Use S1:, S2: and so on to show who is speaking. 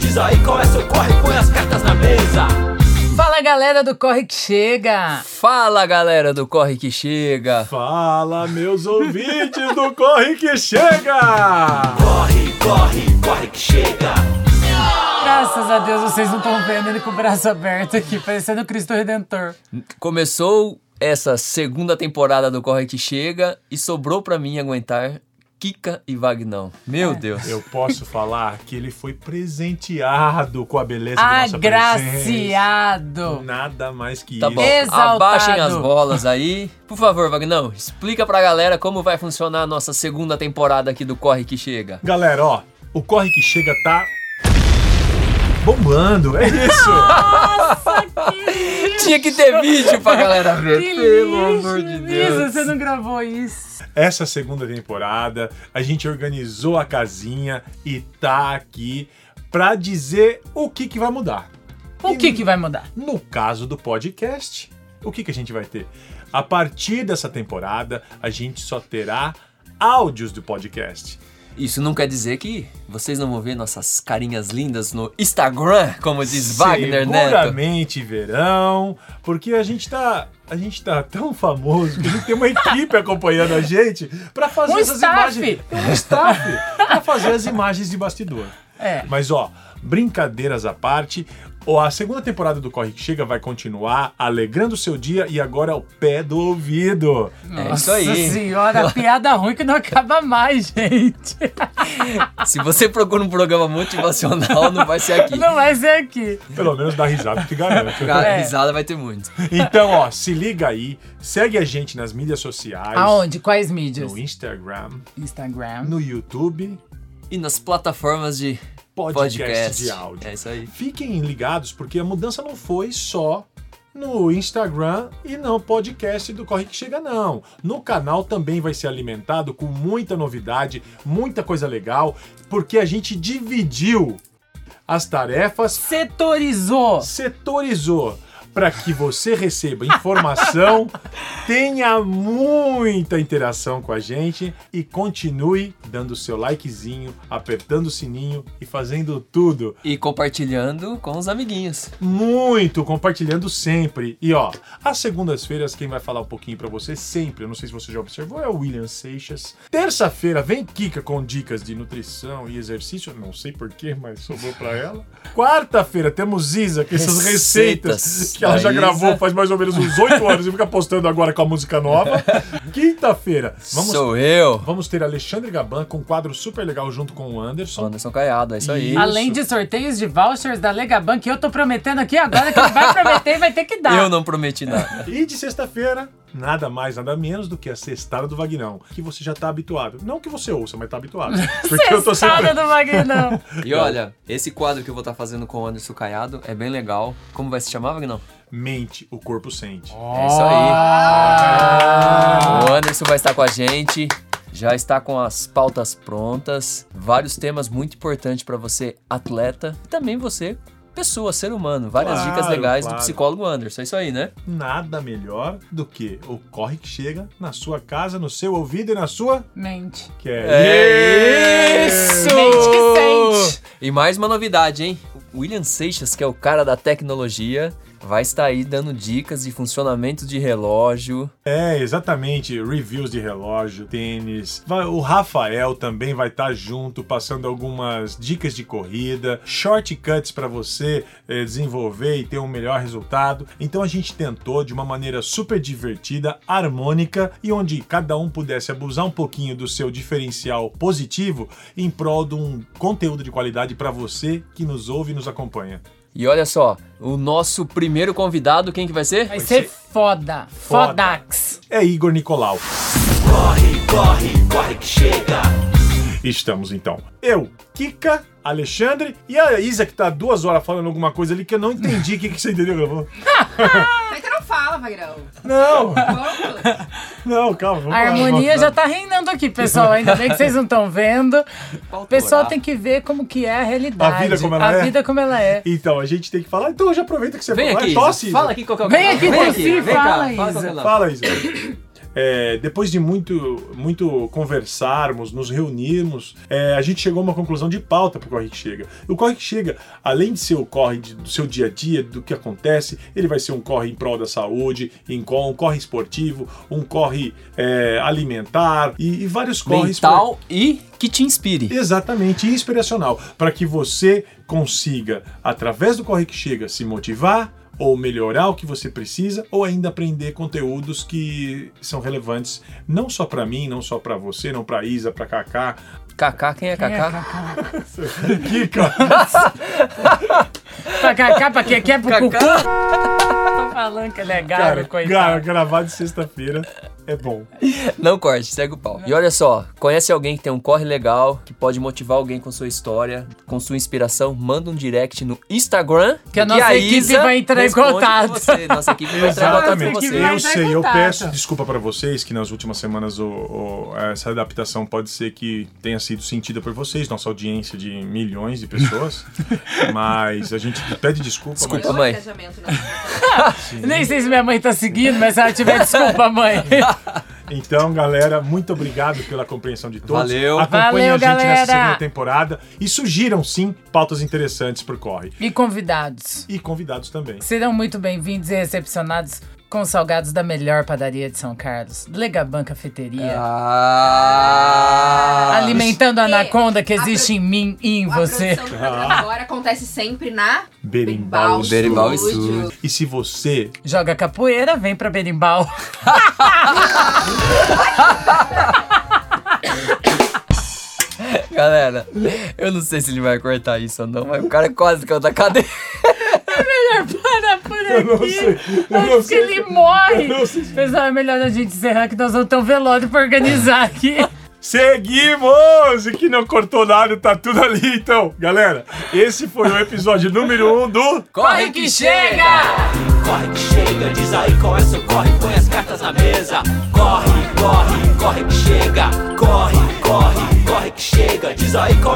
S1: Isso aí começa o corre, põe as cartas na mesa.
S2: Fala galera do Corre que Chega!
S3: Fala galera do Corre que Chega!
S4: Fala, meus ouvintes do Corre que Chega!
S1: Corre, corre, corre que chega.
S2: Graças a Deus vocês não estão vendo ele com o braço aberto aqui, parecendo o Cristo Redentor.
S3: Começou essa segunda temporada do Corre que Chega e sobrou pra mim aguentar Kika e Vagnão. Meu Deus!
S4: Eu posso falar que ele foi presenteado com a beleza
S3: Ah,
S4: da nossa presença.
S2: Agraciado!
S4: Nada mais que
S3: Tá
S4: isso.
S3: bom,
S2: Exaltado.
S3: abaixem as bolas aí. Por favor, Vagnão, explica pra galera como vai funcionar a nossa segunda temporada aqui do Corre que Chega.
S4: Galera, ó, o Corre que Chega tá bombando, é isso.
S3: Tinha que ter vídeo pra galera ver.
S2: Que
S3: Pelo
S2: lixo,
S3: amor de
S2: Isa,
S3: Deus.
S2: você não gravou isso.
S4: Essa segunda temporada, a gente organizou a casinha e tá aqui pra dizer o que que vai mudar.
S2: O que que vai mudar?
S4: No caso do podcast, o que, que a gente vai ter? A partir dessa temporada, a gente só terá áudios do podcast.
S3: Isso não quer dizer que vocês não vão ver nossas carinhas lindas no Instagram, como diz Wagner Neto.
S4: Seguramente verão, porque a gente tá. A gente tá tão famoso que a gente tem uma equipe acompanhando a gente pra fazer
S2: Um
S4: essas
S2: staff.
S4: imagens. Um staff! pra fazer as imagens de bastidor.
S2: É.
S4: Mas ó, brincadeiras à parte, ó, a segunda temporada do Corre que Chega vai continuar alegrando o seu dia e agora ao pé do ouvido.
S3: É isso aí.
S2: Nossa senhora, piada ruim que não acaba mais, gente.
S3: Se você procura um programa motivacional, não vai ser aqui.
S2: Não vai ser aqui.
S4: Pelo menos dá risada que garanto.
S3: A
S2: É.
S3: risada vai ter muito.
S4: Então, ó, se liga aí, segue a gente nas mídias sociais.
S2: Aonde? Quais mídias?
S4: No Instagram,
S2: Instagram.
S4: no YouTube,
S3: E nas plataformas de
S4: podcast,
S3: podcast.
S4: de áudio.
S3: É isso aí.
S4: Fiquem ligados, porque a mudança não foi só no Instagram e não podcast do Corre que Chega, não. No canal também vai ser alimentado com muita novidade, muita coisa legal, porque a gente dividiu as tarefas
S2: Setorizou.
S4: setorizou para que você receba informação, tenha muita interação com a gente e continue dando seu likezinho, apertando o sininho e fazendo tudo
S3: E compartilhando com os amiguinhos.
S4: muito, compartilhando sempre. E ó, às segundas-feiras quem vai falar um pouquinho pra você sempre, eu não sei se você já observou, é o William Seixas. Terça-feira vem Kika com dicas de nutrição e exercício, não sei porquê, mas sobrou pra ela. Quarta-feira temos Isa com essas
S3: Receitas
S4: receitas, que ela
S3: da
S4: já
S3: Isa.
S4: gravou faz mais ou menos uns 8 anos e fica postando agora com a música nova. Quinta-feira, vamos
S3: Sou eu.
S4: Vamos ter Alexandre Gaban com um quadro super legal junto com o Anderson.
S3: Anderson Caiado, é isso aí.
S4: Isso.
S2: Além de sorteios de vouchers da Legaban, que eu tô prometendo aqui agora, que ele vai prometer e vai ter que dar.
S3: Eu não prometi nada.
S4: E de sexta-feira, nada mais, nada menos do que a sextada do Vagnão, que você já tá habituado. Não que você ouça, mas tá habituado. Porque eu tô
S2: Cestada
S4: sempre.
S2: do Magnão.
S3: E olha, esse quadro que eu vou estar fazendo com o Anderson Caiado é bem legal. Como vai se chamar, Vagnão?
S4: Mente, o corpo sente.
S3: É isso
S4: Ah!
S3: aí. O Anderson vai estar com a gente. Já está com as pautas prontas. Vários temas muito importantes para você, atleta. E também você, pessoa, ser humano. Várias
S4: Claro,
S3: dicas legais do
S4: claro.
S3: psicólogo Anderson. É isso aí, né?
S4: Nada melhor do que o corre que chega na sua casa, no seu ouvido e na sua.
S2: Mente.
S4: Que é
S3: É isso!
S2: Mente que sente.
S3: E mais uma novidade, hein? O William Seixas, que é o cara da tecnologia, vai estar aí dando dicas de funcionamento de relógio.
S4: É, exatamente. Reviews de relógio, tênis. Vai- O Rafael também vai estar junto, passando algumas dicas de corrida, shortcuts para você eh, desenvolver e ter um melhor resultado. Então a gente tentou de uma maneira super divertida, harmônica e onde cada um pudesse abusar um pouquinho do seu diferencial positivo em prol de um conteúdo de qualidade para você que nos ouve e nos acompanha.
S3: E olha só, o nosso primeiro convidado, quem que vai ser?
S2: Vai ser foda.
S4: Foda.
S2: Fodax.
S4: É Igor Nicolau.
S1: Corre, corre, corre que chega.
S4: Estamos então. Eu, Kika, Alexandre e a Isa, que tá duas horas falando alguma coisa ali que eu não entendi. O que, que você entendeu? que ela falou?
S5: Por que não fala, Magrão?
S4: Não,
S5: Vamos?
S4: não, calma. vamos
S2: A
S4: lá,
S2: harmonia
S4: vamos
S2: já
S4: lá.
S2: tá reinando aqui, pessoal. Ainda bem que vocês não estão vendo. O pessoal
S3: Autorar.
S2: tem que ver como que é a realidade.
S4: A vida como ela
S2: A
S4: é.
S2: vida como ela é.
S4: Então, a gente tem que falar. Então, já aproveita que você
S3: Vem
S4: falou.
S3: aqui,
S4: Tosse, Isa.
S3: fala aqui qual que é o
S2: Vem
S3: canal.
S2: aqui, tosse,
S3: vem
S2: fala,
S3: cá,
S2: Isa.
S3: qual que é o canal.
S4: Fala, Isa. é, depois de muito, muito conversarmos, nos reunirmos, é, a gente chegou a uma conclusão de pauta pro Corre que Chega. O Corre que Chega, além de ser o corre de- do seu dia a dia, do que acontece, ele vai ser um corre em prol da saúde, em co- um corre esportivo, um corre é, alimentar e, e vários corres. por-
S3: mental e que te
S2: é
S3: inspire.
S4: Exatamente, inspiracional, para que você consiga, através do Corre que Chega, se motivar ou melhorar o que você precisa, ou ainda aprender conteúdos que são relevantes não só para mim, não só para você, não para Isa, para Kaká.
S3: Kaká, quem é Kaká?
S4: Kika,
S2: Pra cacá, pra que é pro cucu?
S3: Kaká?
S2: Tô falando que ele é
S4: cara,
S2: galo,
S4: cara,
S2: coitado.
S4: gravar de sexta-feira é bom.
S3: Não corte, segue o pau. E olha só, conhece alguém que tem um corre legal, que pode motivar alguém com sua história, com sua inspiração, manda um direct no Instagram.
S2: Que a nossa equipe
S3: Isa
S2: vai entrar em
S3: responde
S2: contato.
S3: com você. Nossa equipe vai entrar em contato com
S2: Tem
S4: Exatamente.
S2: que
S3: você.
S2: vai
S4: Eu
S2: entrar em
S4: sei, eu
S2: contato.
S4: peço desculpa pra vocês que nas últimas semanas o- o- essa adaptação pode ser que tenha sido sentida por vocês, nossa audiência de milhões de pessoas, mas a gente pede desculpa.
S3: Desculpa,
S5: Eu
S3: mãe.
S5: engajamento né? na sua-
S2: Nem sei se minha mãe tá seguindo, mas se ela tiver, desculpa, mãe.
S4: mas- então, galera, muito obrigado pela compreensão de todos.
S3: Valeu.
S4: Acompanhem
S2: Valeu,
S4: a gente
S2: galera.
S4: nessa segunda temporada e sugiram sim pautas interessantes pro Corre
S2: E convidados.
S4: e convidados também.
S2: Serão muito bem-vindos e recepcionados com salgados da melhor padaria de São Carlos. Legaban Cafeteria.
S3: Ah,
S2: Alimentando a
S5: Porque
S2: anaconda que existe
S5: a
S2: em mim e em
S5: A
S2: você.
S5: produção do programa agora acontece sempre na
S4: Berimbau
S3: Berimbau
S5: Studio.
S4: E se você
S2: Joga capoeira, vem pra Berimbau.
S3: Galera, eu não sei se ele vai cortar isso ou não, mas o cara é quase caiu da cadeira.
S2: Para por aqui.
S4: não sei, eu não
S2: Antes que
S4: sei.
S2: ele morre.
S4: Eu não sei.
S2: Pessoal, é melhor a gente encerrar que nós vamos ter um velório pra organizar aqui.
S4: Seguimos! E que não cortou nada, tá tudo ali. Então, galera, esse foi o episódio número 1 um do.
S3: Corre que chega!
S1: Corre que chega, diz aí qual é seu corre, põe as cartas na mesa. Corre, corre, corre que chega. Corre, corre, corre que chega, diz aí qual é